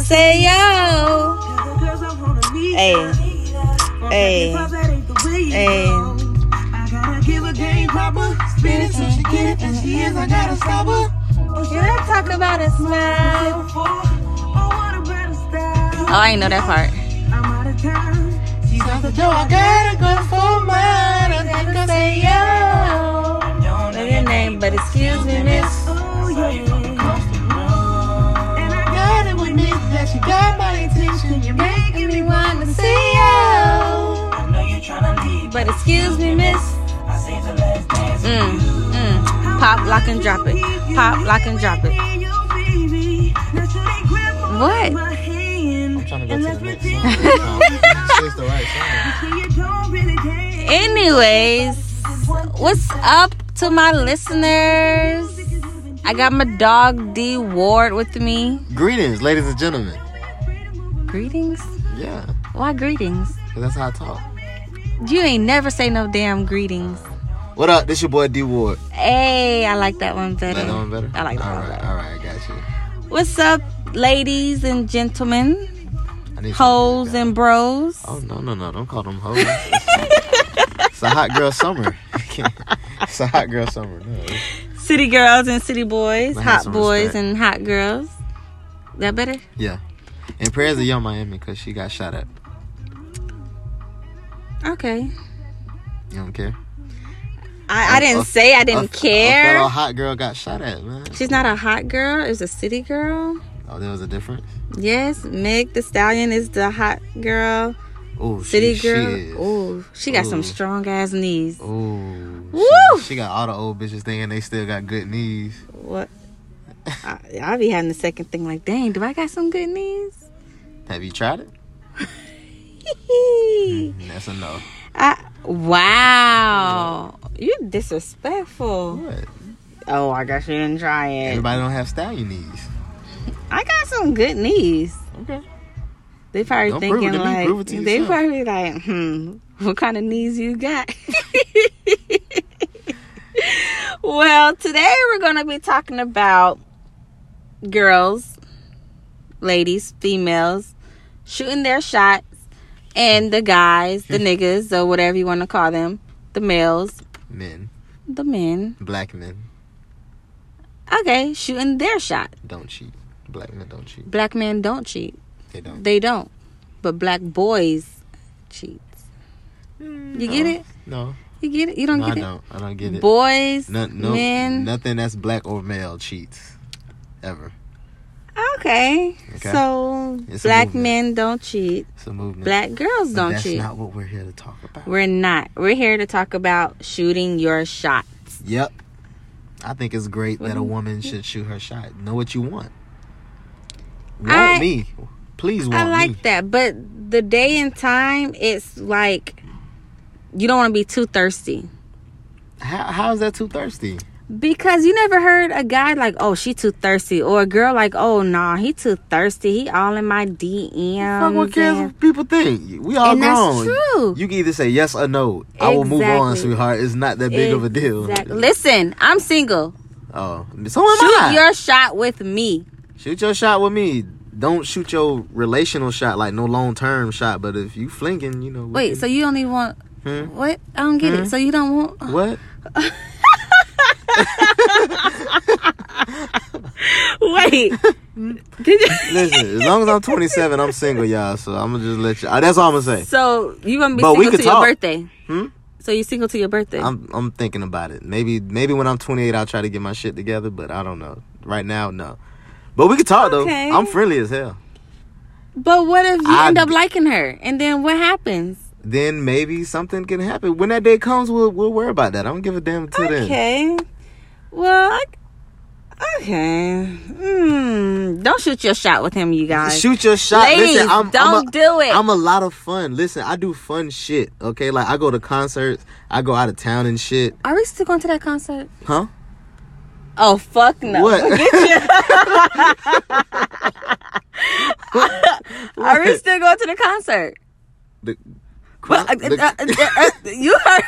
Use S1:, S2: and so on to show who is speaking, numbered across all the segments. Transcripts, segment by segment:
S1: say yo. Hey. Hey. Hey.
S2: I gotta give a game proper. Spin it so she get it, and she is. I gotta stop her.
S1: You're talking about a smile.
S2: I want a better
S1: Oh,
S2: style.
S1: I ain't know that part.
S2: I'm out of time. She's out the door. I gotta go for mine. I think I say
S1: yo. Know your name, but excuse me, miss.
S2: Oh yeah. And I got it with me that you got my attention. You're making me want.
S1: wanna see you.
S2: I know you're trying to leave,
S1: But excuse me, miss.
S2: I saved the last dance.
S1: Mm, mm. Pop, lock, and drop it. Pop, lock, and drop it. What?
S3: I'm trying to go to the next song. Um, it's just the right song.
S1: Anyways, what's up to my listeners? I got my dog D Ward with me.
S3: Greetings, ladies and gentlemen.
S1: Greetings?
S3: Yeah,
S1: Why greetings?
S3: 'cause that's how I talk.
S1: You ain't never say no damn greetings.
S3: What up? This your boy D Ward.
S1: Hey, I like that one
S3: That
S1: better.
S3: one better?
S1: I like that
S3: All
S1: one
S3: right,
S1: better.
S3: all right, I got you.
S1: What's up, ladies and gentlemen,
S3: I need
S1: hoes
S3: something
S1: and bros?
S3: like that. Oh no no no! Don't call them hoes. it's a hot girl summer. it's a hot girl summer. No, it's-
S1: City girls and city boys,
S3: I have
S1: hot
S3: some
S1: boys
S3: respect.
S1: and hot girls. That better?
S3: yeah. And prayers to Young Miami because she got shot at.
S1: Okay.
S3: You don't care.
S1: I, I didn't
S3: A-
S1: say I
S3: A-
S1: didn't
S3: A
S1: care.
S3: fellow hot girl got shot at, man.
S1: She's not a hot girl. It was a city girl.
S3: Oh, there was a difference.
S1: Yes, Meg the Stallion is the hot girl.
S3: Oh,
S1: City
S3: she,
S1: girl.
S3: She is.
S1: Ooh, she got some
S3: Ooh.
S1: strong ass knees.
S3: Ooh.
S1: Woo!
S3: She, she got all the old bitches thinking they still got good knees.
S1: What? I, I be having the second thing like, dang, do I got some good knees?
S3: Have you tried it?
S1: I,
S3: That's a no.
S1: Ah, wow. You disrespectful.
S3: What?
S1: Oh, I guess you didn't try it.
S3: Everybody don't have stallion knees.
S1: I got some good knees.
S3: Okay.
S1: They probably
S3: Don't prove it
S1: thinking
S3: to me,
S1: like
S3: prove it to
S1: they
S3: yourself.
S1: probably like, hmm, what kind of knees you got? well, today we're gonna be talking about girls, ladies, females shooting their shots, and the guys,
S3: Hmm.
S1: the niggas, or whatever you want to call them, the males,
S3: Men,
S1: the men.
S3: black men,
S1: Okay, shooting their shot.
S3: don't cheat. Black men don't cheat.
S1: Black men don't cheat.
S3: They don't.
S1: They don't, but black boys cheat. You get it?
S3: No,
S1: You get it? You don't
S3: no,
S1: get
S3: I
S1: it?
S3: don't. I don't get it.
S1: Boys,
S3: no, no,
S1: men.
S3: nothing that's black or male cheats ever.
S1: Okay.
S3: Okay.
S1: So
S3: It's a
S1: black
S3: movement.
S1: men don't cheat.
S3: It's a movement.
S1: Black girls
S3: But
S1: don't
S3: that's
S1: cheat.
S3: not what we're here to talk about.
S1: We're not. We're here to talk about shooting your shot.
S3: yep. I think it's great that a woman should shoot her shot. Know what you want. Want
S1: I-
S3: me. Please want
S1: I like
S3: me.
S1: that, but the day and time, it's like you don't want to be too thirsty
S3: How, how is that too thirsty?
S1: because you never heard a guy like, "Oh, she too thirsty," or a girl like, "Oh, nah, he too thirsty. He all in my DMs."
S3: Fuck what cares
S1: and-
S3: what people think. We all
S1: And that's
S3: grown.
S1: true.
S3: You can either say yes or no. I will move on,
S1: Exactly.
S3: sweetheart. It's not that big of a deal.
S1: Exactly. Listen, I'm single.
S3: Oh, so am I.
S1: Shoot your shot with me.
S3: shoot your shot with me. Don't shoot your relational shot, like no long term shot. But if you flinking, you know. we
S1: Wait,
S3: can-
S1: so you don't even want
S3: Hmm?
S1: what? I don't get it.
S3: Hmm?
S1: So you don't want
S3: what?
S1: Wait. Did you
S3: Listen, as long as I'm 27, I'm single, y'all. So I'm gonna just let you. ah, That's all I'm gonna say.
S1: So you gonna be
S3: But we
S1: single
S3: could
S1: to
S3: talk.
S1: your birthday.
S3: Hmm?
S1: So you single to your birthday.
S3: I'm I'm thinking about it. Maybe maybe when I'm 28, I'll try to get my shit together. But I don't know. Right now, no. But we can talk
S1: Okay.
S3: though. I'm friendly as hell.
S1: but what if you
S3: I-
S1: end up liking her? And then what happens?
S3: then maybe something can happen. When that day comes, we'll we'll worry about that. I don't give a damn until then.
S1: Okay. Well, I, okay. Hmm. Don't shoot your shot with him, you guys.
S3: Shoot your shot.
S1: Ladies,
S3: Listen, I'm,
S1: don't
S3: I'm a,
S1: do it.
S3: I'm a lot of fun. Listen, I do fun shit. Okay, like I go to concerts. I go out of town and shit.
S1: Are we still going to that concert?
S3: Huh?
S1: Oh fuck no!
S3: What?
S1: Are we still going to the concert?
S3: The-
S1: Well, uh,
S3: the-
S1: uh, uh, uh, you heard.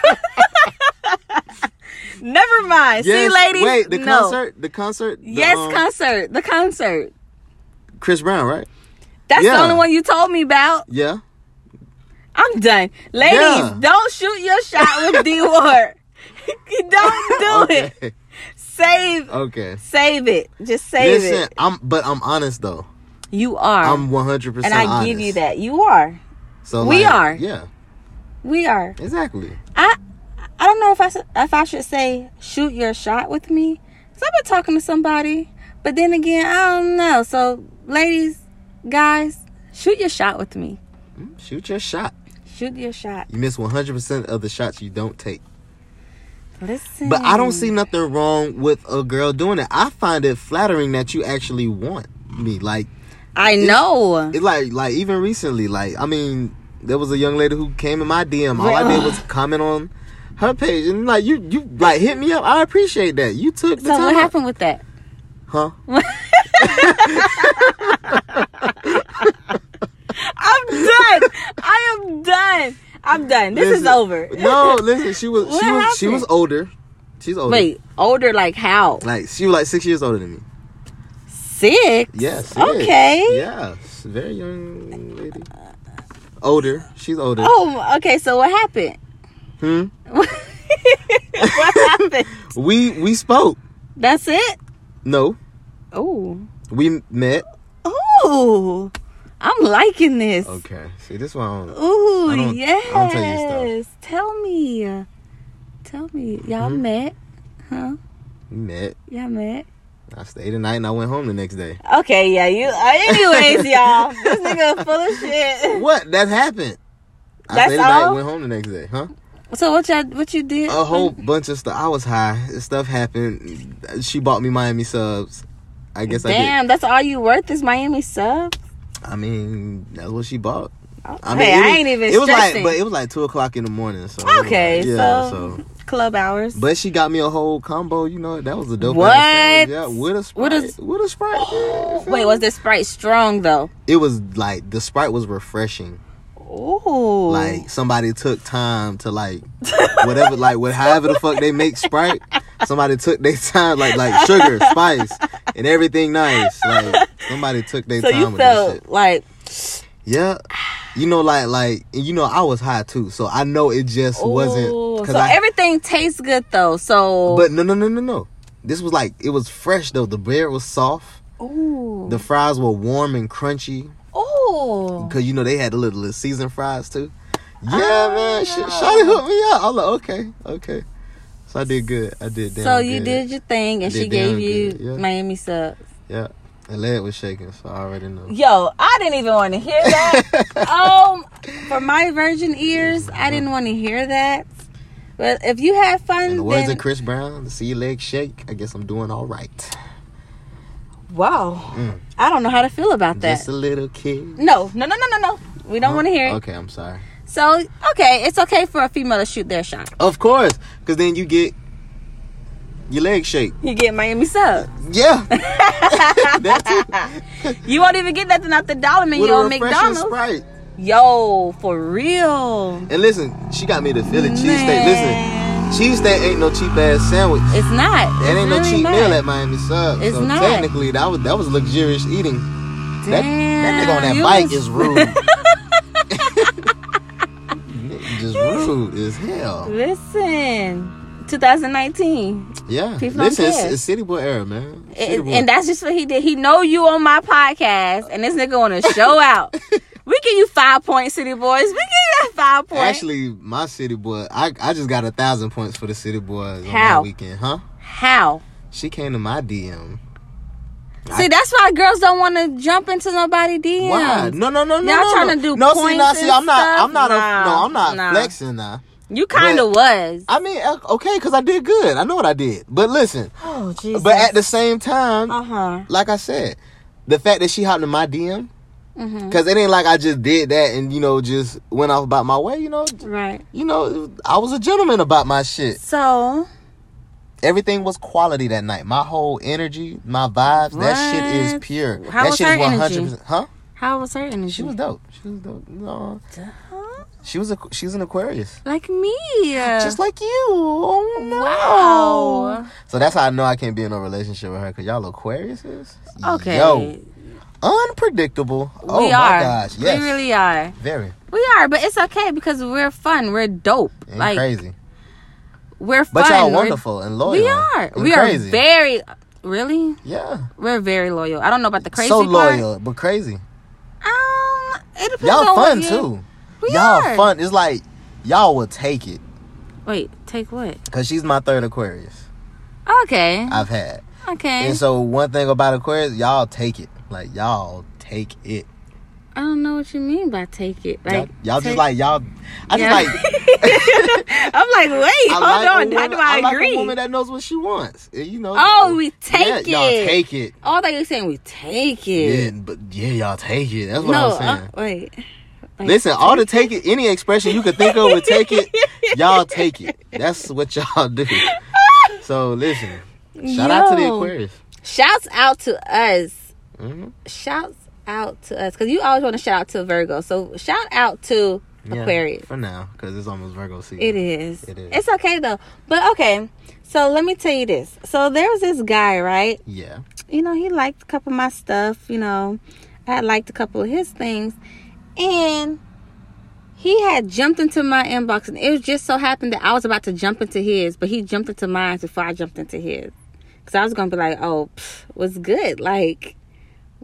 S1: Never mind. See,
S3: Yes,
S1: ladies.
S3: Wait, the
S1: no.
S3: concert. The concert. the,
S1: Yes,
S3: um,
S1: concert. The concert.
S3: Chris Brown, right?
S1: That's the
S3: Yeah.
S1: only one you told me about.
S3: Yeah.
S1: I'm done. Ladies,
S3: Yeah.
S1: don't shoot your shot with D Ward. don't do
S3: Okay.
S1: it. Save
S3: Okay.
S1: save it. Just save
S3: Listen,
S1: it.
S3: I'm but I'm honest though.
S1: You are.
S3: I'm 100 percent
S1: and I
S3: honest.
S1: give you that. You are.
S3: So
S1: We
S3: like,
S1: are.
S3: Yeah.
S1: We are.
S3: Exactly.
S1: I I don't know if I s- if I should say shoot your shot with me. So I've been talking to somebody, but then again, I don't know. So ladies, guys, shoot your shot with me.
S3: Mm, Shoot your shot.
S1: Shoot your shot.
S3: You miss 100 percent of the shots you don't take.
S1: Listen.
S3: But I don't see nothing wrong with a girl doing it. I find it flattering that you actually want me. Like
S1: I know.
S3: it like like even recently, like I mean, there was a young lady who came in my DM. All I did was comment on her page and like you you like hit me up. I appreciate that. You took the
S1: so
S3: time.
S1: what
S3: out.
S1: happened with that?
S3: Huh?
S1: I'm done. I am done. I'm done. This is
S3: Listen,
S1: over.
S3: No, listen, she was
S1: What
S3: she was she
S1: happened?
S3: was older. She's older.
S1: Wait, older like how?
S3: Like she was like six years older than me.
S1: Six.
S3: Yes. she is.
S1: Okay.
S3: Yeah. she's a Very young lady. Older. She's older.
S1: Oh, okay. So what happened?
S3: Hmm?
S1: what happened?
S3: We we spoke.
S1: That's it.
S3: No.
S1: Oh.
S3: We met.
S1: Ooh, I'm liking this.
S3: Okay. See this one.
S1: Ooh,
S3: I don't- I don't
S1: yes.
S3: tell you stuff.
S1: Tell me. Tell me. Y'all
S3: Mhm.
S1: met? Huh?
S3: We met.
S1: Y'all met?
S3: I stayed the night and I went home the next day.
S1: Okay, yeah, you. Uh, anyways, y'all. This nigga full of shit.
S3: What? That happened. I
S1: That's
S3: stayed the night
S1: all?
S3: and went home the next day, huh?
S1: So what y'all, what you did?
S3: A whole bunch of stuff. I was high. Stuff happened. She bought me Miami subs. I guess I did.
S1: Damn, that's all you worth is Miami sub?
S3: I mean, that's what she bought.
S1: Okay,
S3: I
S1: I,
S3: mean, it was-
S1: ain't even
S3: It was like,
S1: stressing.
S3: but it was like two o'clock in the morning. So it was
S1: Okay,
S3: like-
S1: so-
S3: yeah. So,
S1: Club hours.
S3: but she got me a whole combo. You know, that was a dope.
S1: What?
S3: ass sandwich, Yeah, with a
S1: What
S3: sprite.
S1: is-
S3: with a sprite. yeah, you feel
S1: Wait,
S3: me?
S1: was this Sprite strong though?
S3: It was like the sprite was refreshing.
S1: Ooh.
S3: Like somebody took time to like whatever, like what, however the fuck they make sprite. Somebody took their time, like like sugar, spice, and everything nice. Like somebody took their
S1: so
S3: time
S1: you
S3: with this shit.
S1: felt like
S3: Yeah, you know, like like and you know, I was high too, so I know it just wasn't.
S1: Ooh,
S3: 'cause
S1: Oh, So
S3: I,
S1: everything tastes good though. So
S3: But no, no, no, no, no. This was like it was fresh though. The bread was soft.
S1: ooh,
S3: The fries were warm and crunchy
S1: ooh,
S3: because you know they had the little, little seasoned fries too. Yeah,
S1: Oh,
S3: man. Sh- Shawty hooked me up. I'm like, okay, okay. So I did good. I did damn
S1: so you
S3: good.
S1: did your thing, and
S3: Did
S1: she gave
S3: damn
S1: you
S3: good, yeah.
S1: Miami subs.
S3: Yeah. The leg was shaking, so I already know.
S1: Yo, I didn't even want to hear that. um, for my virgin ears,
S3: Mm.
S1: I didn't want to hear that. But if you had
S3: In the
S1: fun,
S3: words
S1: then
S3: of Chris Brown, the sea leg shake. I guess I'm doing all right.
S1: wow,
S3: Mm.
S1: I don't know how to feel about that.
S3: Just a little kid.
S1: No, no, no, no, no, no. We don't want to hear it.
S3: Okay, I'm sorry.
S1: So okay, it's okay for a female to shoot their shot.
S3: Of course, because then you get your leg shake.
S1: You get Miami sub.
S3: Yeah. That's it.
S1: You won't even get nothing out the dollar menu
S3: With a
S1: on
S3: refreshing
S1: McDonald's.
S3: Sprite.
S1: Yo, for real.
S3: And listen, she got me the Philly cheesesteak. Listen,
S1: Man.
S3: cheesesteak ain't no cheap ass sandwich.
S1: It's not.
S3: That
S1: It's
S3: ain't no
S1: really
S3: cheap
S1: not.
S3: meal at Miami Sub.
S1: It's
S3: so
S1: not.
S3: technically, that was that was luxurious eating. That, that
S1: Damn,
S3: nigga on that
S1: you
S3: bike
S1: was-
S3: is rude. Nigga Just rude as hell.
S1: Listen, 2019,
S3: Yeah.
S1: People don't
S3: Listen, it's,
S1: care.
S3: it's City Boy era, man. City
S1: and,
S3: Boy.
S1: and that's just what he did. He know you on my podcast, and this nigga want to show out. We give you five points, City Boys. We give you that five points.
S3: Actually, my City Boy, I, I just got a thousand points for the City Boys
S1: How?
S3: on that weekend, huh?
S1: how?
S3: She came to my DM.
S1: See, that's why girls don't want to jump into nobody DMs.
S3: Why? No, no, no, no.
S1: Y'all
S3: no,
S1: tryna
S3: no.
S1: do
S3: no, see,
S1: points
S3: nah, see,
S1: and
S3: I'm not,
S1: stuff?
S3: I'm not, a, no,
S1: Nah,
S3: I'm not
S1: nah.
S3: flexing now.
S1: You kind of
S3: But-
S1: was.
S3: I mean, uh, okay, because I did good. I know what I did. But listen,
S1: Oh Jesus.
S3: but at the same time,
S1: uh huh.
S3: like I said, the fact that she hopped in my DM,
S1: Mhm.
S3: because it ain't like I just did that and you know just went off about my way. You know,
S1: Right.
S3: you know, I was a gentleman about my shit.
S1: So
S3: Everything was quality that night. My whole energy, my vibes, that shit is
S1: What?
S3: pure.
S1: How
S3: that
S1: was
S3: shit
S1: her
S3: is one hundred
S1: energy?
S3: percent. Huh?
S1: how was her energy?
S3: She was dope. She was dope. No,
S1: Huh?
S3: she was a she's an Aquarius.
S1: like me.
S3: Just like you. Oh no.
S1: Uh. Wow.
S3: So that's how I know I can't be in a relationship with her because y'all Aquarius is.
S1: Okay.
S3: Yo, unpredictable. oh
S1: we
S3: my
S1: are.
S3: gosh, yes,
S1: We really are.
S3: very
S1: We are, but it's okay because we're fun. We're dope.
S3: and
S1: like
S3: crazy.
S1: we're fun.
S3: But y'all
S1: We're-
S3: wonderful and loyal.
S1: We are.
S3: and
S1: we
S3: crazy.
S1: are very really.
S3: yeah,
S1: We're very loyal. I don't know about the crazy
S3: so
S1: part.
S3: loyal but crazy.
S1: Um, it depends
S3: Y'all
S1: on what
S3: fun
S1: you-
S3: too.
S1: We
S3: y'all
S1: are.
S3: fun. It's like y'all will take it
S1: Wait, take what?
S3: because she's my third Aquarius
S1: Okay,
S3: I've had.
S1: okay.
S3: And so one thing about Aquarius, y'all take it. Like y'all take it.
S1: I don't know what you mean by take it.
S3: Y'all,
S1: Like
S3: y'all
S1: take-
S3: just like y'all. I
S1: Yeah.
S3: just like.
S1: I'm like, wait, hold
S3: like a
S1: on. How
S3: woman-
S1: do I,
S3: like a
S1: agree?
S3: woman that knows what she wants. And, You know.
S1: Oh, we take
S3: yeah, Y'all
S1: it.
S3: take it.
S1: oh, I thought you were saying we take
S3: Yeah.
S1: it.
S3: but yeah, y'all take it. That's what
S1: no,
S3: I'm saying.
S1: uh, wait. like,
S3: Listen, all the take it, any expression you could think of with take it, y'all take it. That's what y'all do. So listen, shout out to the
S1: Yo.
S3: Aquarius.
S1: Shouts out to us.
S3: Mhm.
S1: Shouts out to us because you always want to shout out to Virgo. So shout out to
S3: Yeah,
S1: Aquarius.
S3: for now, because it's almost Virgo season.
S1: It is.
S3: It is.
S1: It's okay though. But okay. So let me tell you this. So there was this guy, right?
S3: Yeah.
S1: You know, he liked a couple of my stuff, you know. I liked a couple of his things. And he had jumped into my inbox and it was just so happened that I was about to jump into his, but he jumped into mine before I jumped into his. Cause I was gonna be like, oh, pff, what's good? Like,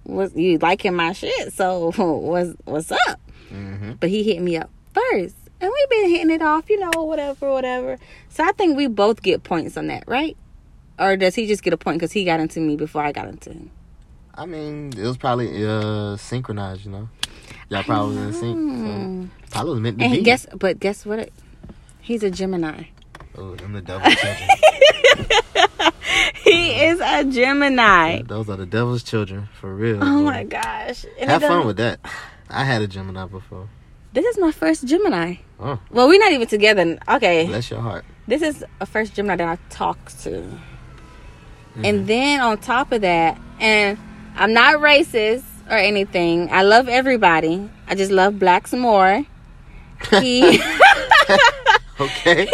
S1: was you liking my shit? So what's what's up?
S3: Mm-hmm.
S1: but he hit me up first. And we've been hitting it off, you know, whatever, whatever. So I think we both get points on that, right? Or does he just get a point because he got into me before I got into him?
S3: I mean, it was probably uh synchronized, you know. Y'all probably was in sync. So probably was meant to
S1: Hmm. And
S3: be.
S1: guess, but guess what? He's a Gemini.
S3: oh, them the devil's children.
S1: He is a Gemini.
S3: Those are the devil's children, for real.
S1: Oh
S3: boy.
S1: my gosh! And
S3: Have
S1: it don't-
S3: fun with that. I had a Gemini before.
S1: This is my first Gemini.
S3: Oh.
S1: Well, we're not even together. Okay,
S3: Bless your heart.
S1: this is a first Gemini that I talked to,
S3: Mm-hmm.
S1: and then on top of that, and I'm not racist or anything. I love everybody. I just love blacks more. He,
S3: Okay.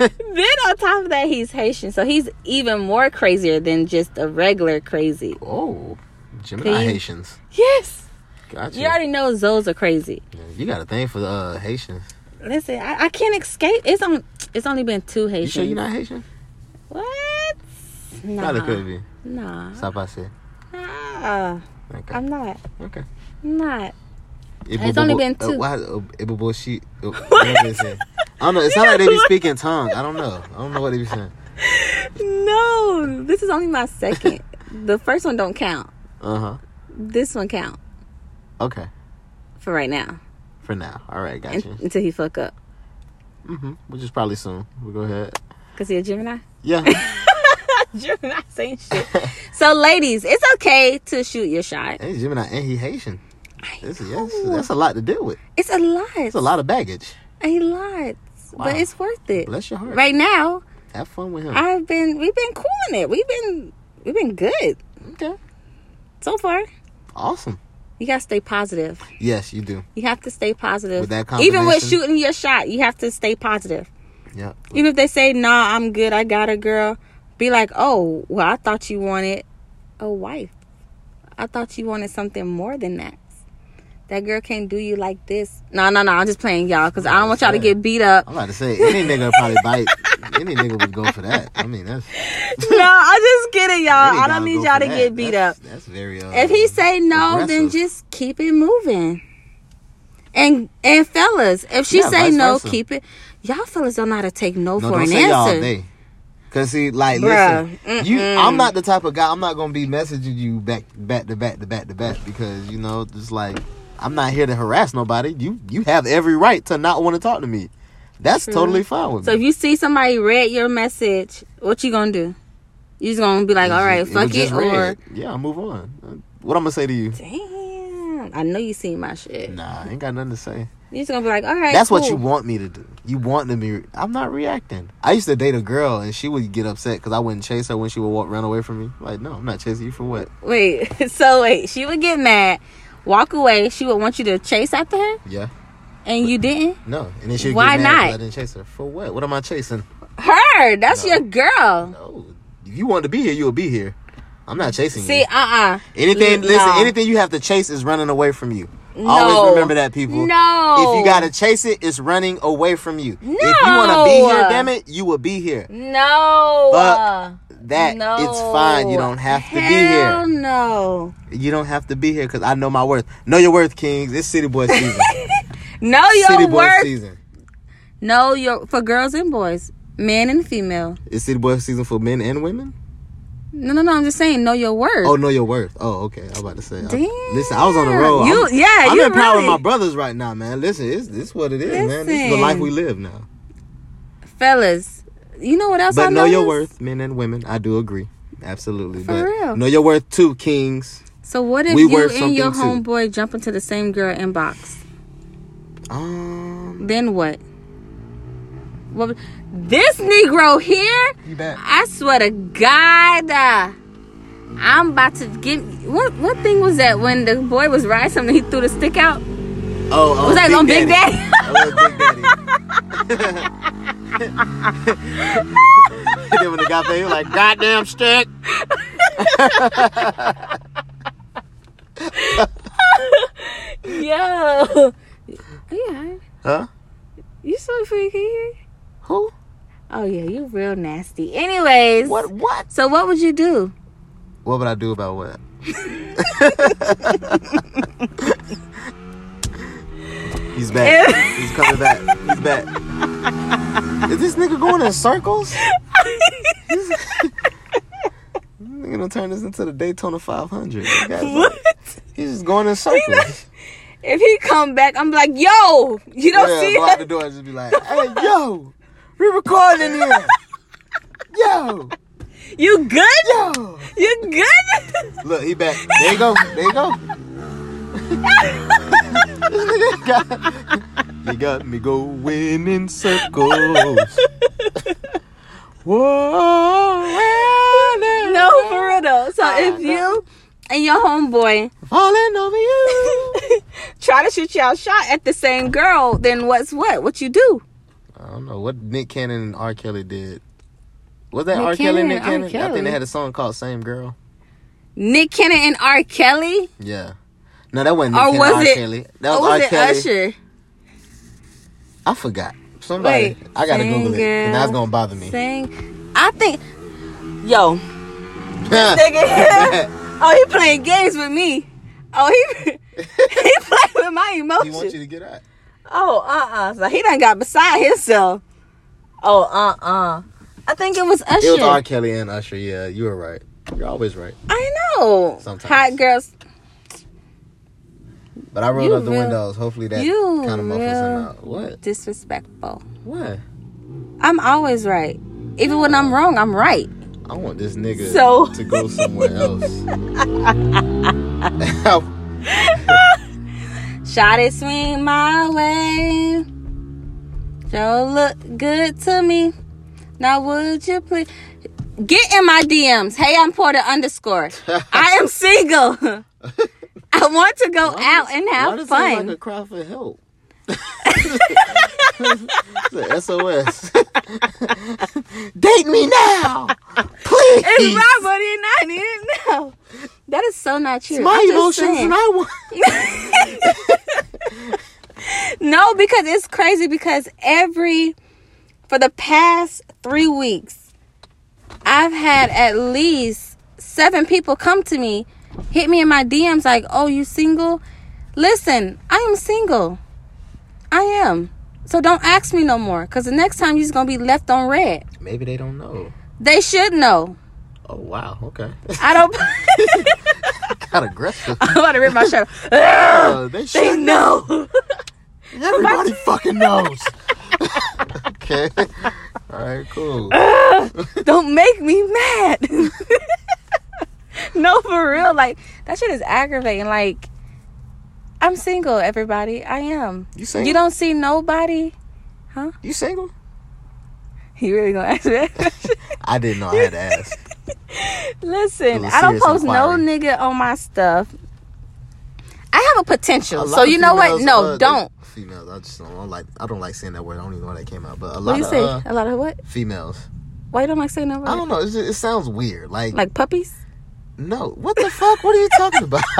S1: then on top of that, he's Haitian, so he's even more crazier than just a regular crazy.
S3: oh, Gemini
S1: Please.
S3: Haitians.
S1: Yes,
S3: Gotcha.
S1: you already know Zoes are crazy.
S3: Yeah, you got a thing for the uh, Haitians.
S1: Listen, I, I can't escape. It's on. It's only been two
S3: You
S1: Haitians.
S3: sure you're not Haitian?
S1: What? Nah.
S3: Probably could be.
S1: Nah.
S3: Stop I said.
S1: Nah.
S3: Okay.
S1: I'm not.
S3: okay.
S1: I'm not.
S3: It's
S1: only been two.
S3: why, uh, Ibubu, she, uh, whatever they say. I don't know. It sounds like they be speaking tongue. I don't know. I don't know what they be saying.
S1: No, this is only my second. the first one don't count.
S3: Uh huh.
S1: This one count
S3: Okay.
S1: for right now
S3: For now. All right.
S1: un-
S3: Gotcha.
S1: until he fuck up.
S3: Mm-hmm. Which is probably soon. We'll go ahead.
S1: Cause he a Gemini.
S3: Yeah.
S1: Gemini saying shit. so, ladies, it's okay to shoot your shot.
S3: Hey, Gemini, and he Haitian. That's, yes,
S1: know.
S3: that's a lot to deal with.
S1: It's a lot.
S3: It's a lot of baggage.
S1: A lot. But
S3: Wow.
S1: it's worth it.
S3: Bless your heart.
S1: Right now,
S3: Have fun with him.
S1: I've been. We've been cooling it. We've been. We've been good
S3: okay.
S1: so far.
S3: Awesome.
S1: You gotta stay positive.
S3: Yes, you do.
S1: You have to stay positive.
S3: With that
S1: Even with
S3: combination-
S1: shooting your shot, you have to stay positive.
S3: Yep.
S1: Even if they say, "Nah, I'm good. I got a girl," be like, "Oh, well, I thought you wanted a wife. I thought you wanted something more than that. That girl can't do you like this." No, no, no. I'm just playing, y'all, because I don't want y'all to get beat up.
S3: I'm about to say any nigga probably bite. Any nigga would go for that. I mean, that's.
S1: no, I'm just kidding, y'all.
S3: any
S1: Oh, I
S3: guy would
S1: don't need
S3: go
S1: y'all
S3: for
S1: to
S3: that.
S1: get beat
S3: That's-
S1: up.
S3: That's very. Uh,
S1: If he say no, then
S3: aggressive.
S1: just keep it moving. And and fellas, if she
S3: Yeah,
S1: say
S3: vice
S1: no,
S3: versa.
S1: keep it. Y'all fellas don't know how to take no,
S3: no,
S1: for
S3: don't
S1: an
S3: say y'all
S1: answer.
S3: they. Cause see, like,
S1: Bruh,
S3: listen, you.
S1: mm-mm.
S3: I'm not the type of guy. I'm not gonna be messaging you back, back to back to back to back because you know, just like, I'm not here to harass nobody. You, you have every right to not want to talk to me. That's totally fine with
S1: So
S3: me.
S1: if you see somebody read your message, what you gonna do? You just gonna be like,
S3: It's
S1: all
S3: just-
S1: right,
S3: was
S1: fuck it,
S3: just
S1: or
S3: red. yeah, move on. Uh, What I'm gonna say to you?
S1: damn, I know you seen my shit.
S3: Nah, I ain't got nothing to say.
S1: You just gonna be like, all right,
S3: That's what
S1: cool.
S3: you want me to do. You want to be. I'm not reacting. I used to date a girl and she would get upset because I wouldn't chase her when she would walk run away from me. Like, no, I'm not chasing you for what?
S1: Wait, so wait, she would get mad, walk away. She would want you to chase after her,
S3: Yeah,
S1: and you didn't.
S3: no. And then she would
S1: Why
S3: get mad 'cause
S1: not?
S3: I didn't chase her for what? What am I chasing? Oh,
S1: Her, that's
S3: No.
S1: your girl.
S3: No, if you wanted to be here, you would be here. I'm not chasing
S1: See,
S3: you.
S1: uh uh
S3: Anything,
S1: no.
S3: listen, anything you have to chase is running away from you.
S1: No.
S3: Always remember that, people.
S1: No.
S3: If you gotta chase it, it's running away from you. If you wanna be
S1: No.
S3: here, damn it, you will be here.
S1: No. Uh,
S3: Fuck That
S1: no.
S3: it's fine. You don't have to
S1: Hell
S3: be
S1: No.
S3: here. You don't have to be here because I know my worth. Know your worth, Kings. It's City Boy season.
S1: Know your
S3: City Boy
S1: worth.
S3: season.
S1: Know your for girls and boys, men and female.
S3: It's City Boy season for men and women.
S1: No, no, no. I'm just saying, know your worth.
S3: Oh, know your worth. Oh, okay. I'm about to say. I-
S1: Damn.
S3: listen, I was on the road.
S1: You-
S3: I'm,
S1: yeah,
S3: I'm
S1: you
S3: empowering
S1: really-
S3: my brothers right now, man. Listen, it's this is what it is, man. This is the
S1: Listen.
S3: life we live now.
S1: Fellas, you know what else? I
S3: But know your
S1: noticed?
S3: worth, men and women. I do agree. Absolutely.
S1: For
S3: but
S1: real.
S3: Know your worth too, kings.
S1: So what if
S3: We
S1: you
S3: worth
S1: and your
S3: something,
S1: homeboy jump into the same girl inbox?
S3: Um,
S1: Then what? What? This Negro here.
S3: you bet.
S1: I swear to God, uh, I'm about to get. What what thing was that when the boy was riding something? He threw the stick out.
S3: Oh, oh
S1: Was that on Big Daddy?
S3: That was Big Daddy. and then when the guy he was like, "Goddamn stick."
S1: Yo. Yeah,
S3: Huh?
S1: you so freaky.
S3: Who?
S1: Oh yeah, you real nasty. Anyways,
S3: What? What?
S1: so what would you do?
S3: What would I do about what? He's back. He's coming back. He's back. Is this nigga going in circles? This nigga gonna turn this into the Daytona 500. You guys like- He's just going in circles.
S1: If he come back, I'm like, yo, you don't
S3: Yeah,
S1: see
S3: go out the
S1: her.
S3: door and just be like, "Hey, yo, we recording here. Yo,
S1: You good?
S3: yo."
S1: You good?
S3: Look, he back. There you go. There you go. This nigga got- you got me going in circles. Whoa,
S1: no, for real though. So if you and your homeboy
S3: falling over you.
S1: try to shoot y'all shot at the same girl, then what's what? What you do?
S3: I don't know what Nick Cannon and R. Kelly did. Was that
S1: Nick
S3: R. Kelly?
S1: Cannon
S3: and
S1: and
S3: Nick
S1: R.
S3: Cannon. I think
S1: Kelly.
S3: they had a song called "Same Girl."
S1: Nick Cannon and R. Kelly,
S3: Yeah. No, that wasn't Nick
S1: Or
S3: Cannon,
S1: Oh, was
S3: R.
S1: it-
S3: Kelly. That
S1: or
S3: was,
S1: was
S3: R.
S1: it
S3: Kelly.
S1: Usher?
S3: I forgot. Somebody.
S1: Wait,
S3: I gotta
S1: same
S3: Google it, and
S1: girl,
S3: that's gonna bother me.
S1: Sing, I think, yo,
S3: He
S1: nigga. oh, he playing games with me. Oh, he he playing with my
S3: wants you
S1: emotions.
S3: to get out.
S1: Oh, uh, uh So he done got beside himself. Oh, uh, uh. I think it was Usher.
S3: It was R. Kelly and Usher. Yeah, you were right. You're always right.
S1: I know.
S3: Sometimes.
S1: Hot girls.
S3: But I rolled
S1: You
S3: up the
S1: real-
S3: windows. Hopefully that
S1: you
S3: kind of muffles
S1: real-
S3: him out. What?
S1: Disrespectful.
S3: What?
S1: I'm always right. Even when I'm wrong, I'm right.
S3: I want this nigga
S1: So-
S3: to go somewhere else. I
S1: Shot it swing my way. Joe look good to me. Now would you please get in my DMs? Hey, I'm Porter underscore. I am single. I want to go out and
S3: Why
S1: have
S3: does it sound
S1: fun.
S3: Like a cry for help. it's a SOS. Date me now, please.
S1: it's my body and I need it now. That is so not true.
S3: my
S1: I'm just
S3: emotions,
S1: saying.
S3: and I want.
S1: No, because it's crazy because every for the past three weeks, I've had at least seven people come to me, hit me in my DMs like, Oh, you single? Listen, I am single. I am. So don't ask me no more. Cause the next time you're just gonna be left on red.
S3: Maybe they don't know.
S1: They should know.
S3: Oh wow. Okay.
S1: I don't
S3: Got aggressive.
S1: I'm about to rip my shirt. off.
S3: Uh, they
S1: they
S3: should
S1: know.
S3: Everybody fucking knows. okay. All right, cool.
S1: don't make me mad. no, for real. Like that shit is aggravating. Like I'm single, everybody. I am.
S3: You single?
S1: You don't see nobody.
S3: You single?
S1: You really gonna ask me that?
S3: I didn't know I had to ask.
S1: Listen,
S3: Little
S1: I don't
S3: serious
S1: post
S3: inquiry.
S1: no nigga on my stuff. I have a potential,
S3: A lot
S1: so
S3: of
S1: you know what?
S3: females,
S1: No,
S3: uh, they-
S1: don't.
S3: Females, I just don't, I don't like. I don't like saying that word. I don't even know where that came out. But a
S1: What
S3: lot
S1: do you
S3: of
S1: say?
S3: uh,
S1: a lot of what?
S3: females.
S1: Why you don't like saying no
S3: I
S1: word?
S3: don't know. It's just, it sounds weird. Like,
S1: Like puppies?
S3: No, what the fuck? What are you talking about?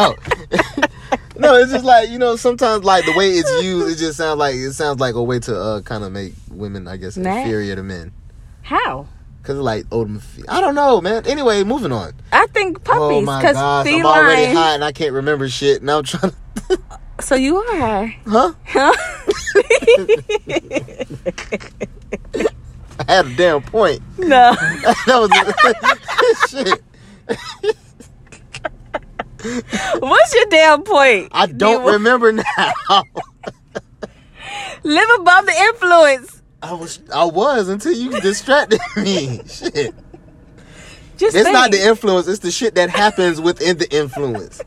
S3: no, it's just like you know. Sometimes, like the way it's used, it just sounds like it sounds like a way to uh, kind of make women, I guess,
S1: Mad?
S3: inferior to men.
S1: How?
S3: Cause like old, I don't know, man. Anyway, moving on.
S1: I think
S3: oh
S1: puppies,
S3: my
S1: because
S3: gosh, I'm already
S1: feline.
S3: hot and I can't remember shit. Now I'm trying. To,
S1: So you are.
S3: huh? I had a damn point.
S1: no.
S3: that was shit.
S1: What's your damn point?
S3: I don't
S1: You-
S3: remember now.
S1: Live above the influence.
S3: I was I was until you distracted me. Shit.
S1: Just
S3: It's not
S1: think.
S3: the influence, it's the shit that happens within the influence.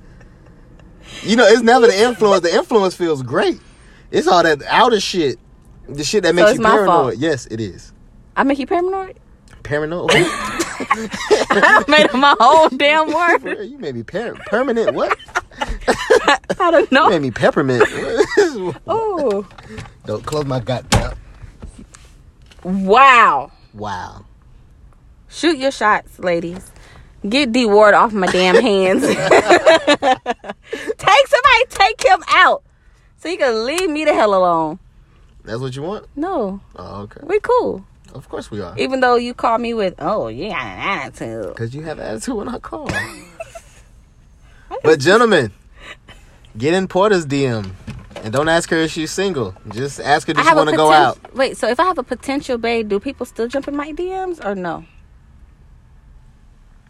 S3: You know, it's never the influence. The influence feels great. It's all that outer shit. The shit that makes
S1: it's
S3: you
S1: my
S3: paranoid.
S1: fault.
S3: Yes, it is.
S1: I make you paranoid.
S3: Paranoid? What?
S1: I made up my whole damn
S3: For
S1: word.
S3: real, you made me per- permanent. What?
S1: I don't
S3: You made
S1: know.
S3: me peppermint.
S1: Oh,
S3: Don't close my goddamn.
S1: wow.
S3: Wow.
S1: Shoot your shots, ladies. Get D Ward off my damn hands. take somebody, take him out, so you can leave me the hell alone.
S3: That's what you want?
S1: No,
S3: Oh, okay.
S1: we cool.
S3: Of course we are.
S1: Even though you call me with, oh, you got an attitude.
S3: Because you have attitude when I call. but gentlemen, get in Porter's DM and don't ask her if she's single. Just ask her
S1: I
S3: does she want to go
S1: poten-
S3: out.
S1: Wait, so if I have a potential babe, do people still jump in my DMs or no?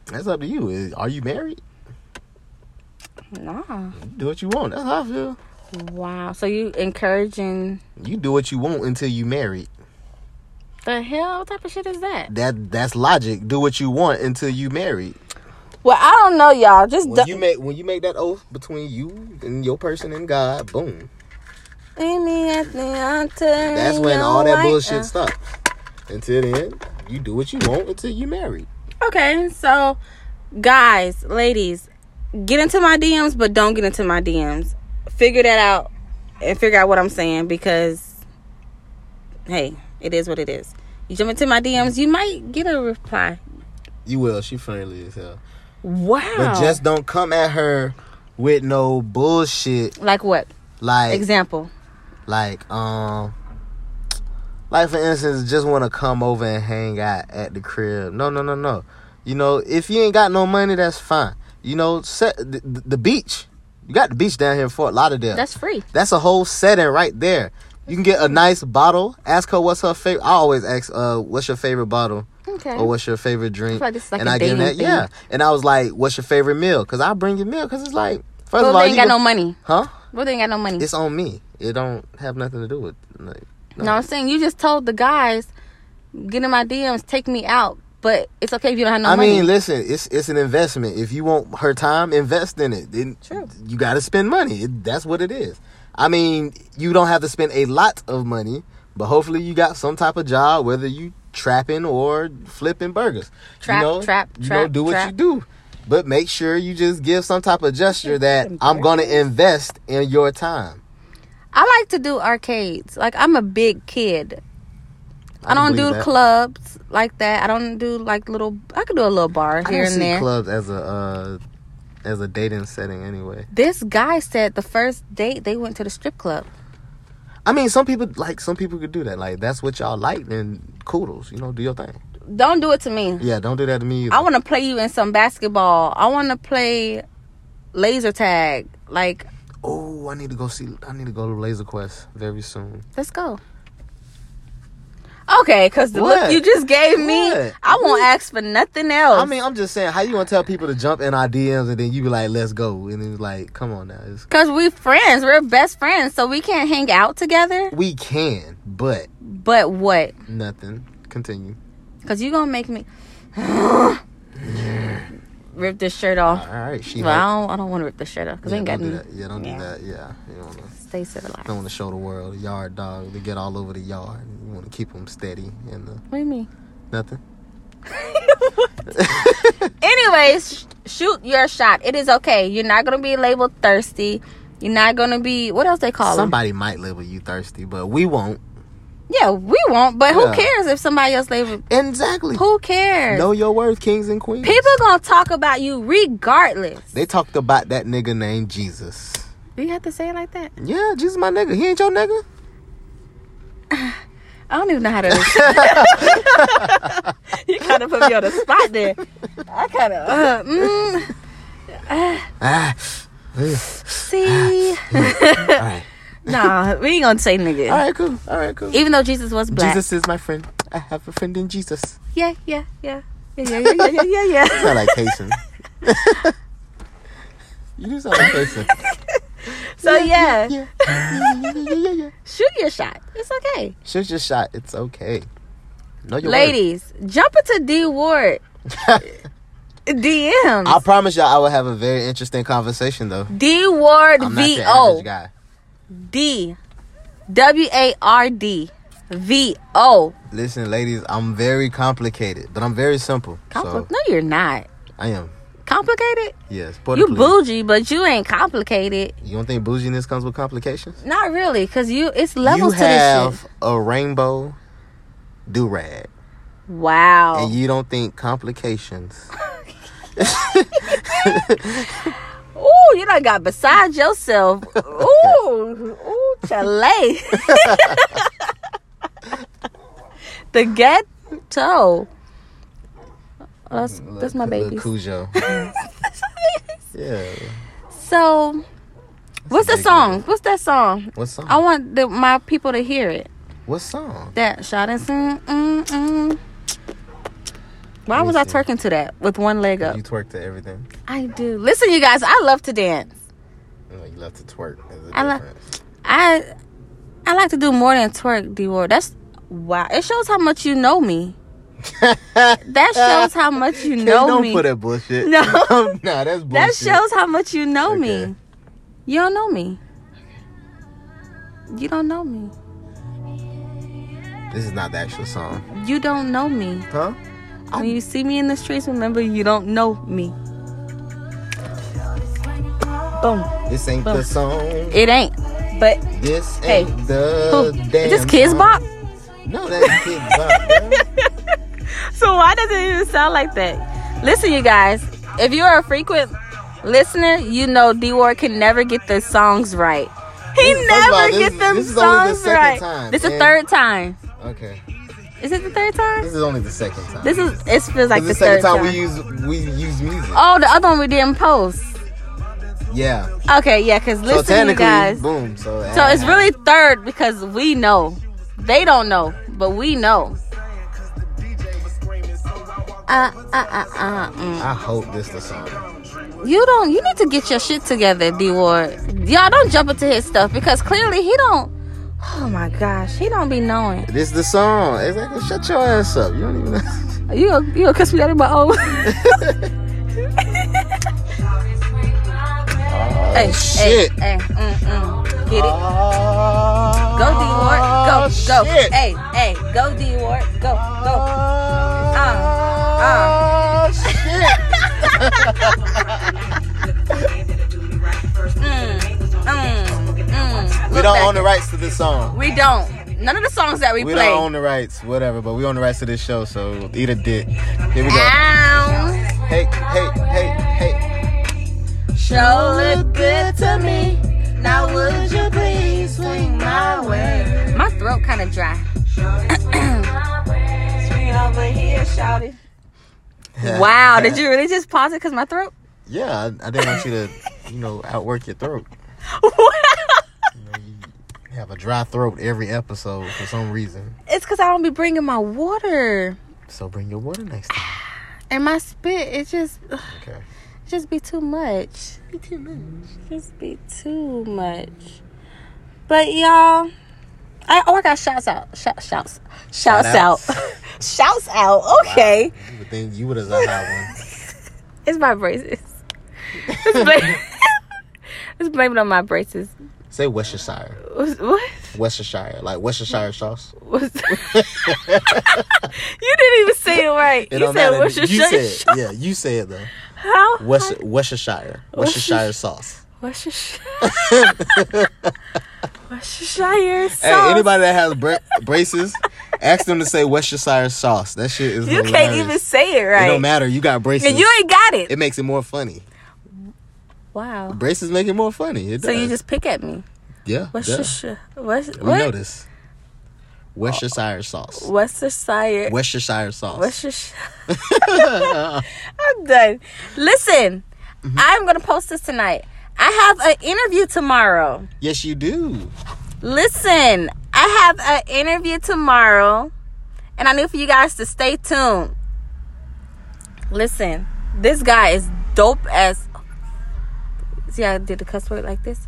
S3: That's up to you. Is- Are you married?
S1: Nah.
S3: You do what you want. That's how I feel.
S1: Wow. So you encouraging
S3: You do what you want until you married.
S1: the hell? What type of shit is that?
S3: That that's logic. Do what you want until you married.
S1: Well, I don't know, y'all. Just
S3: When
S1: don't-
S3: you make when you make that oath between you and your person and God, boom. That's
S1: That's
S3: when all that bullshit stops. Until then, you do what you want until you married.
S1: Okay, so guys, ladies, get into my DMs, but don't get into my DMs. Figure that out and figure out what I'm saying because, hey, it is what it is. You jump into my DMs, you might get a reply.
S3: You will. She friendly as hell.
S1: Wow.
S3: But just don't come at her with no bullshit.
S1: like what?
S3: Like
S1: Example.
S3: like um like for instance, just wanna come over and hang out at the crib. No, no, no, no. You know, if you ain't got no money, that's fine. You know, set the, the beach. You got the beach down here in Fort Lauderdale.
S1: That's free.
S3: That's a whole setting right there. You can get a nice bottle. Ask her what's her favorite. I always ask, uh, what's your favorite bottle?
S1: Okay.
S3: Or what's your favorite drink?
S1: feel like this is like
S3: and
S1: a
S3: I give
S1: dating
S3: that,
S1: thing.
S3: yeah. And I was like, what's your favorite meal? Cause I bring you meal. Cause it's like, first
S1: Well,
S3: of all,
S1: they ain't
S3: you
S1: got no
S3: can-
S1: money.
S3: huh?
S1: Well, they ain't got no money.
S3: It's on me. It don't have nothing to do with. Like,
S1: No, I'm saying you just told the guys, get in my DMs, take me out. But it's okay if you don't have no
S3: I
S1: money.
S3: mean, listen, it's it's an investment. If you want her time, invest in it. Then
S1: True.
S3: you got to spend money. It, that's what it is. I mean, you don't have to spend a lot of money, but hopefully you got some type of job, whether you trapping or flipping burgers.
S1: Trap,
S3: you know,
S1: trap,
S3: you know,
S1: trap,
S3: do what
S1: trap.
S3: you do. But make sure you just give some type of gesture that I'm going to invest in your time.
S1: I like to do arcades. Like I'm a big kid. I don't
S3: believe
S1: do
S3: that.
S1: clubs like that. I don't do like little. I could do a little bar
S3: I
S1: here
S3: don't see
S1: and there.
S3: clubs as a uh, as a dating setting anyway.
S1: This guy said the first date they went to the strip club.
S3: I mean, some people like some people could do that. Like that's what y'all like, then kudos. You know, do your thing.
S1: Don't do it to me.
S3: Yeah, don't do that to me. Either.
S1: I want to play you in some basketball. I want to play laser tag. Like
S3: oh, I need to go see. I need to go to Laser Quest very soon.
S1: Let's go. Okay, because the
S3: What?
S1: look you just gave me,
S3: What?
S1: I won't ask for nothing else.
S3: I mean, I'm just saying, how you gonna tell people to jump in our DMs and then you be like, "Let's go," and it's like, "Come on now." It's,
S1: because we friends, we're best friends, so we can't hang out together.
S3: we can, but
S1: But what?
S3: nothing. Continue.
S1: Because you gonna make me rip this shirt off.
S3: All right, she.
S1: Well, I don't, I don't want to rip this shirt off because
S3: Uh, yeah,
S1: I ain't got
S3: don't do
S1: any.
S3: that. Yeah, don't
S1: Yeah.
S3: do that. Yeah, you don't wanna,
S1: Stay civilized.
S3: don't want to show the world. Yard dog, they get all over the yard. You want to keep them steady and uh,
S1: What do you mean?
S3: nothing.
S1: Anyways, sh- shoot your shot. It is okay. You're not gonna be labeled thirsty. You're not gonna be what else they call 'em?
S3: Somebody might label you thirsty, but we won't.
S1: Yeah, we won't. But who
S3: Yeah.
S1: cares if somebody else label?
S3: Exactly.
S1: Who cares?
S3: Know your worth, kings and queens.
S1: People gonna talk about you regardless.
S3: They talked about that nigga named Jesus.
S1: Do you have to say it like that?
S3: Yeah, Jesus my nigga. He ain't your nigga.
S1: I don't even know how to. you kind of put me on the spot there. I kind of. Uh, mm,
S3: Ah.
S1: see,
S3: All right.
S1: nah, we ain't gonna say nigga.
S3: All right, cool. All right, cool.
S1: Even though Jesus was black.
S3: Jesus is my friend. I have a friend in Jesus.
S1: Yeah, yeah, yeah, yeah, yeah, yeah, yeah, yeah, yeah.
S3: You sound like Haitian. you do sound like Haitian.
S1: so yeah,
S3: Yeah. Yeah, yeah, yeah, yeah, yeah.
S1: shoot your shot. It's okay,
S3: Shoot your shot. It's okay. Know your
S1: ladies. Jump into D Ward
S3: worth.
S1: DMs.
S3: I promise y'all, I will have a very interesting conversation though.
S1: D Ward
S3: I'm not
S1: V
S3: the average
S1: O
S3: guy.
S1: D W A R D V O.
S3: Listen, ladies, I'm very complicated, but I'm very simple.
S1: Compli-
S3: So
S1: No, you're not
S3: I am.
S1: complicated.
S3: Yes. Porter,
S1: You
S3: please.
S1: bougie, but you ain't complicated.
S3: You don't think bouginess comes with complications?
S1: Not really, cause you it's levels
S3: you
S1: to
S3: have
S1: this shit.
S3: a rainbow do rag,
S1: Wow. Oh.
S3: and you don't think complications.
S1: ooh, you done got beside yourself. Ooh, ooh, Chile. the ghetto. Oh, that's, that's my
S3: Little
S1: baby.
S3: Cujo. yeah.
S1: So, what's
S3: a
S1: the
S3: big
S1: song? What's that song?
S3: What song?
S1: I want the, my people to hear it.
S3: what song?
S1: That shot and sing, mm, mm. Why
S3: Let me
S1: was I
S3: see.
S1: twerking to that with one leg up?
S3: You twerk to everything.
S1: I do. Listen, you guys, I love to dance.
S3: No, you love to twerk. There's a
S1: I love-
S3: difference.
S1: I I like to do more than twerk, D Ward. That's wow. It shows how much you know me. That shows how much you
S3: Kids,
S1: know
S3: don't
S1: me.
S3: put that bullshit.
S1: No.
S3: nah, that's bullshit.
S1: that shows how much you know
S3: Okay.
S1: me. You don't know me. You don't know me.
S3: This is not the actual song,
S1: You don't know me.
S3: huh?
S1: When you see me in the streets, remember you don't know me. Boom.
S3: This ain't the
S1: Boom.
S3: song.
S1: It ain't. But
S3: This
S1: Hey.
S3: ain't the
S1: who-
S3: Oh, damn.
S1: is this Kids
S3: song.
S1: Bop?
S3: No, that's Kids Bop. girl.
S1: So why does it even sound like that? Listen, you guys, if you are a frequent listener, you know D Ward can never get the songs right. He
S3: This- first of all,
S1: never
S3: this
S1: get
S3: is-
S1: them
S3: this is only the
S1: songs
S3: second
S1: right.
S3: time,
S1: this is
S3: and-
S1: third time.
S3: Okay,
S1: Is it the third time?
S3: this is only the second time.
S1: This is it feels like
S3: This
S1: the,
S3: is
S1: third
S3: the second
S1: time.
S3: time, we use we use music.
S1: oh, the other one we didn't post.
S3: Yeah.
S1: Okay, yeah, because
S3: so
S1: listen, you
S3: technically,
S1: guys.
S3: boom. So,
S1: So it's really third because we know. They don't know, but we know. Uh, uh, uh, uh, mm.
S3: I hope this the song.
S1: You don't. You need to get your shit together, D Ward. Y'all don't jump into his stuff because clearly he don't. Oh my gosh, he don't be knowing.
S3: This the song. Exactly. Shut your ass up. You don't even. know.
S1: You gonna- you gonna cuss me out in my own. hey,
S3: shit.
S1: Hey, hey, mm, mm. Get it.
S3: Oh,
S1: Go D Ward. Go go.
S3: Ah, Shit.
S1: Hey hey. Go D Ward. Go Ah, go.
S3: Oh, Ah, shit.
S1: Mm, mm, mm.
S3: we
S1: Look
S3: don't
S1: back.
S3: own the rights to this song.
S1: We don't. None of the songs that we,
S3: We
S1: play.
S3: don't own the rights, whatever, but we own the rights to this show, so eat a dick. Here we go.
S1: Ah. Ow.
S3: Hey, hey, hey, hey.
S1: Show look good to me. Now would you please swing my way? My throat kind of dry. Wow, did you really just pause it because my throat?
S3: Yeah, I, I didn't want you to, you know, outwork your throat. You, know, you have a dry throat every episode for some reason.
S1: it's because I don't be bringing my water.
S3: So bring your water next time.
S1: And my spit, it just, it
S3: Okay.
S1: just be too much. Be too much. Just be too much. But y'all, I, oh, I got shouts out. Shout, shouts. Shouts out.
S3: Shout-outs.
S1: shouts out. Okay.
S3: You would think you would have had one.
S1: It's my braces. Let's blame, Let's blame it on my braces.
S3: Say Worcestershire.
S1: What? What?
S3: Worcestershire. Like Worcestershire sauce.
S1: What's- you didn't even say it right.
S3: It
S1: you
S3: don't
S1: said
S3: matter.
S1: what's your
S3: You
S1: shirt?
S3: said, yeah, you said though.
S1: How?
S3: West, Worcestershire. Worcestershire sauce.
S1: What's your sh- Worcestershire sauce.
S3: Hey, anybody that has bra- braces, ask them to say Worcestershire sauce. That shit is.
S1: you can't
S3: hilarious.
S1: even say it
S3: It
S1: right.
S3: don't matter. You got braces.
S1: and you ain't got it.
S3: it makes it more funny.
S1: wow.
S3: Braces make it more funny. It
S1: So you
S3: does.
S1: just pick at me.
S3: yeah. it does.
S1: Worcestershire. West,
S3: We know
S1: what?
S3: this. Worcestershire sauce.
S1: Worcestershire.
S3: Worcestershire sauce.
S1: Worcestershire. I'm done. Listen,
S3: Mm-hmm.
S1: I'm gonna post this tonight. I have an interview tomorrow.
S3: yes, you do.
S1: Listen, I have an interview tomorrow, and I need for you guys to stay tuned. Listen, this guy is dope as. See, I did the cuss word like this.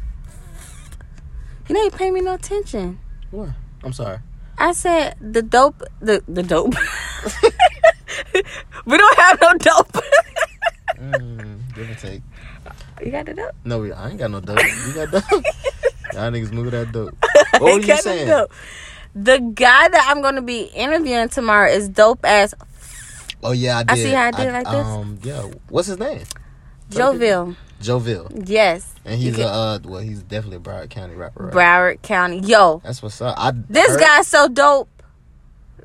S1: You know, he pay me no attention.
S3: What? I'm sorry.
S1: I said the dope, the the dope. we don't have no dope.
S3: Mm, give or take.
S1: you got the dope.
S3: No, we- I ain't got no dope. You got dope. Y'all niggas move that dope. What were
S1: Got
S3: you
S1: the
S3: saying?
S1: dope. The guy that I'm going to be interviewing tomorrow is dope as
S3: Oh yeah, I did.
S1: I see how I did it like this.
S3: Um, yeah. What's his name?
S1: Joville.
S3: Joville,
S1: Yes.
S3: and he's
S1: You
S3: a uh, well, he's definitely a Broward County rapper. Right?
S1: Broward County. Yo,
S3: That's what's up. I
S1: this
S3: heard-
S1: guy's so dope.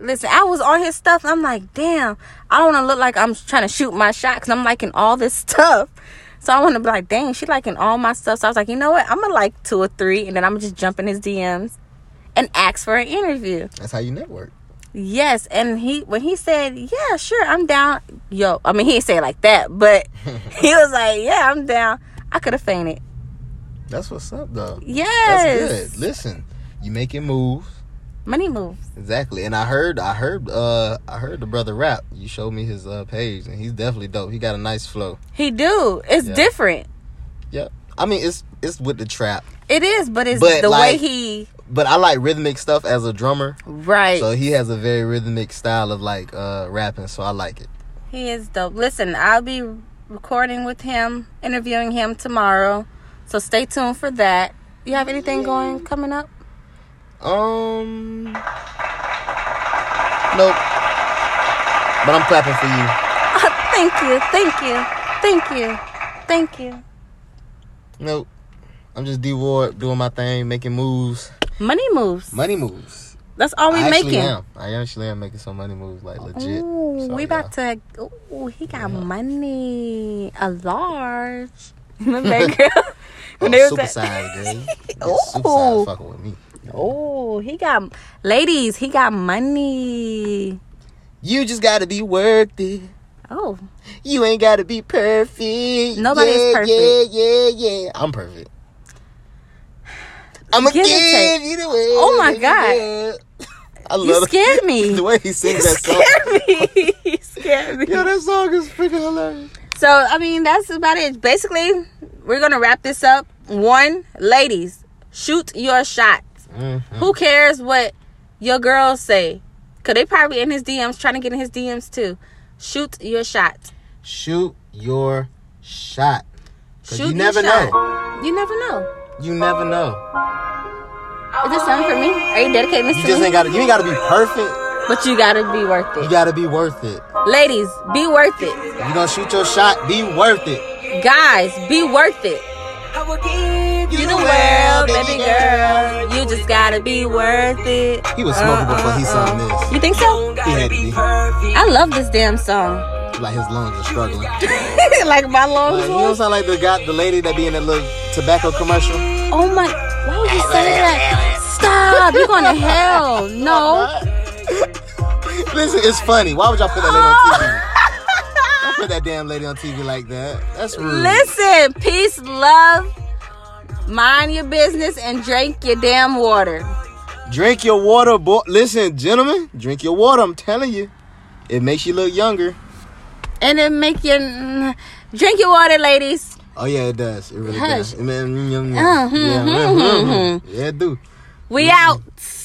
S1: Listen, I was on his stuff. And I'm like, damn, I don't want to look like I'm trying to shoot my shot because I'm liking all this stuff. So I want to be like, dang, she liking all my stuff. So I was like, you know what? I'm gonna like two or three, and then I'm gonna just jump in his DMs and ask for an interview.
S3: That's how you network.
S1: Yes, and he when he said, "Yeah, sure, I'm down." Yo, I mean, he didn't say it like that, but he was like, "Yeah, I'm down." I could have fainted.
S3: That's what's up, though.
S1: Yes,
S3: That's good. Listen, you making moves.
S1: Money moves.
S3: Exactly, and I heard, I heard, uh, I heard the brother rap. You showed me his uh page, and he's definitely dope. He got a nice flow.
S1: He do. It's
S3: Yeah.
S1: different.
S3: Yep. I mean, it's it's with the trap,
S1: It is, but it's
S3: But,
S1: the way
S3: like-
S1: he
S3: but I like rhythmic stuff as a drummer.
S1: right.
S3: So he has a very rhythmic style of like uh rapping. So I like it.
S1: he is dope. Listen, I'll be recording with him, interviewing him tomorrow. So stay tuned for that. You have anything going coming up?
S3: Um. Nope. But I'm clapping for you.
S1: thank you, thank you, thank you, thank you.
S3: Nope. I'm just D Ward doing my thing, making moves,
S1: Money moves.
S3: money moves.
S1: That's all we
S3: I actually
S1: making.
S3: am. I actually am making some money moves, like legit.
S1: Ooh,
S3: So,
S1: we
S3: yeah.
S1: about to. Ooh, he got money. A large. Remember that girl?
S3: Oh,
S1: When they was
S3: super
S1: at-
S3: size,
S1: Ooh.
S3: girl. Yeah, super size fucking with me.
S1: Oh, he got. Ladies, he got money.
S3: You just gotta be worth it.
S1: Oh,
S3: You ain't gotta be perfect.
S1: Nobody's
S3: yeah,
S1: perfect.
S3: Yeah, yeah, yeah. I'm perfect. I'm gonna
S1: Give
S3: give,
S1: and take.
S3: you the way.
S1: Oh my
S3: baby
S1: God.
S3: girl. I love
S1: you scared me.
S3: the way he sings that song.
S1: scared me. you scared me.
S3: Yo, that song is freaking hilarious.
S1: So, I mean, that's about it. Basically, we're going to wrap this up. One, ladies, shoot your shot.
S3: Mm-hmm.
S1: Who cares what your girls say? Because they probably in his DMs trying to get in his DMs too. Shoot your shot.
S3: Shoot your shot. 'Cause
S1: Shoot
S3: you never
S1: your shot.
S3: know.
S1: You never know.
S3: You never know.
S1: Is this something for me? Are you dedicating this
S3: You
S1: to
S3: just
S1: me?
S3: ain't gotta. You ain't gotta be perfect.
S1: but you gotta be worth
S3: You
S1: it.
S3: gotta be worth it.
S1: Ladies, be worth it.
S3: You gonna shoot your shot. Be worth it.
S1: Guys, be worth it.
S2: I will give
S1: You the world, baby girl. Uh-uh, You just gotta be worth it.
S3: He was smoking before he sung this.
S1: You think so?
S2: gotta
S3: Yeah,
S2: be
S3: yeah.
S2: perfect.
S1: I love this damn song.
S3: Like his lungs are struggling.
S1: like my
S3: Like,
S1: lungs.
S3: you don't sound like the guy, the lady that be in that little tobacco commercial.
S1: Oh my! Why would you say that? Stop! You're going to hell. No.
S3: Listen, it's funny. Why would y'all put that lady on TV? Don't put that damn lady on TV like that. That's rude.
S1: Listen, peace, love, mind your business, and drink your damn water.
S3: Drink your water, boy. Listen, gentlemen, drink your water. I'm telling you, it makes you look younger.
S1: And then make your mm, drink your water, ladies.
S3: Oh yeah, it does. It really
S1: Hush.
S3: does. Mm, mm, mm, mm.
S1: Uh, hmm,
S3: Yeah,
S1: hmm,
S3: mm, mm, mm. yeah, it do.
S1: We out.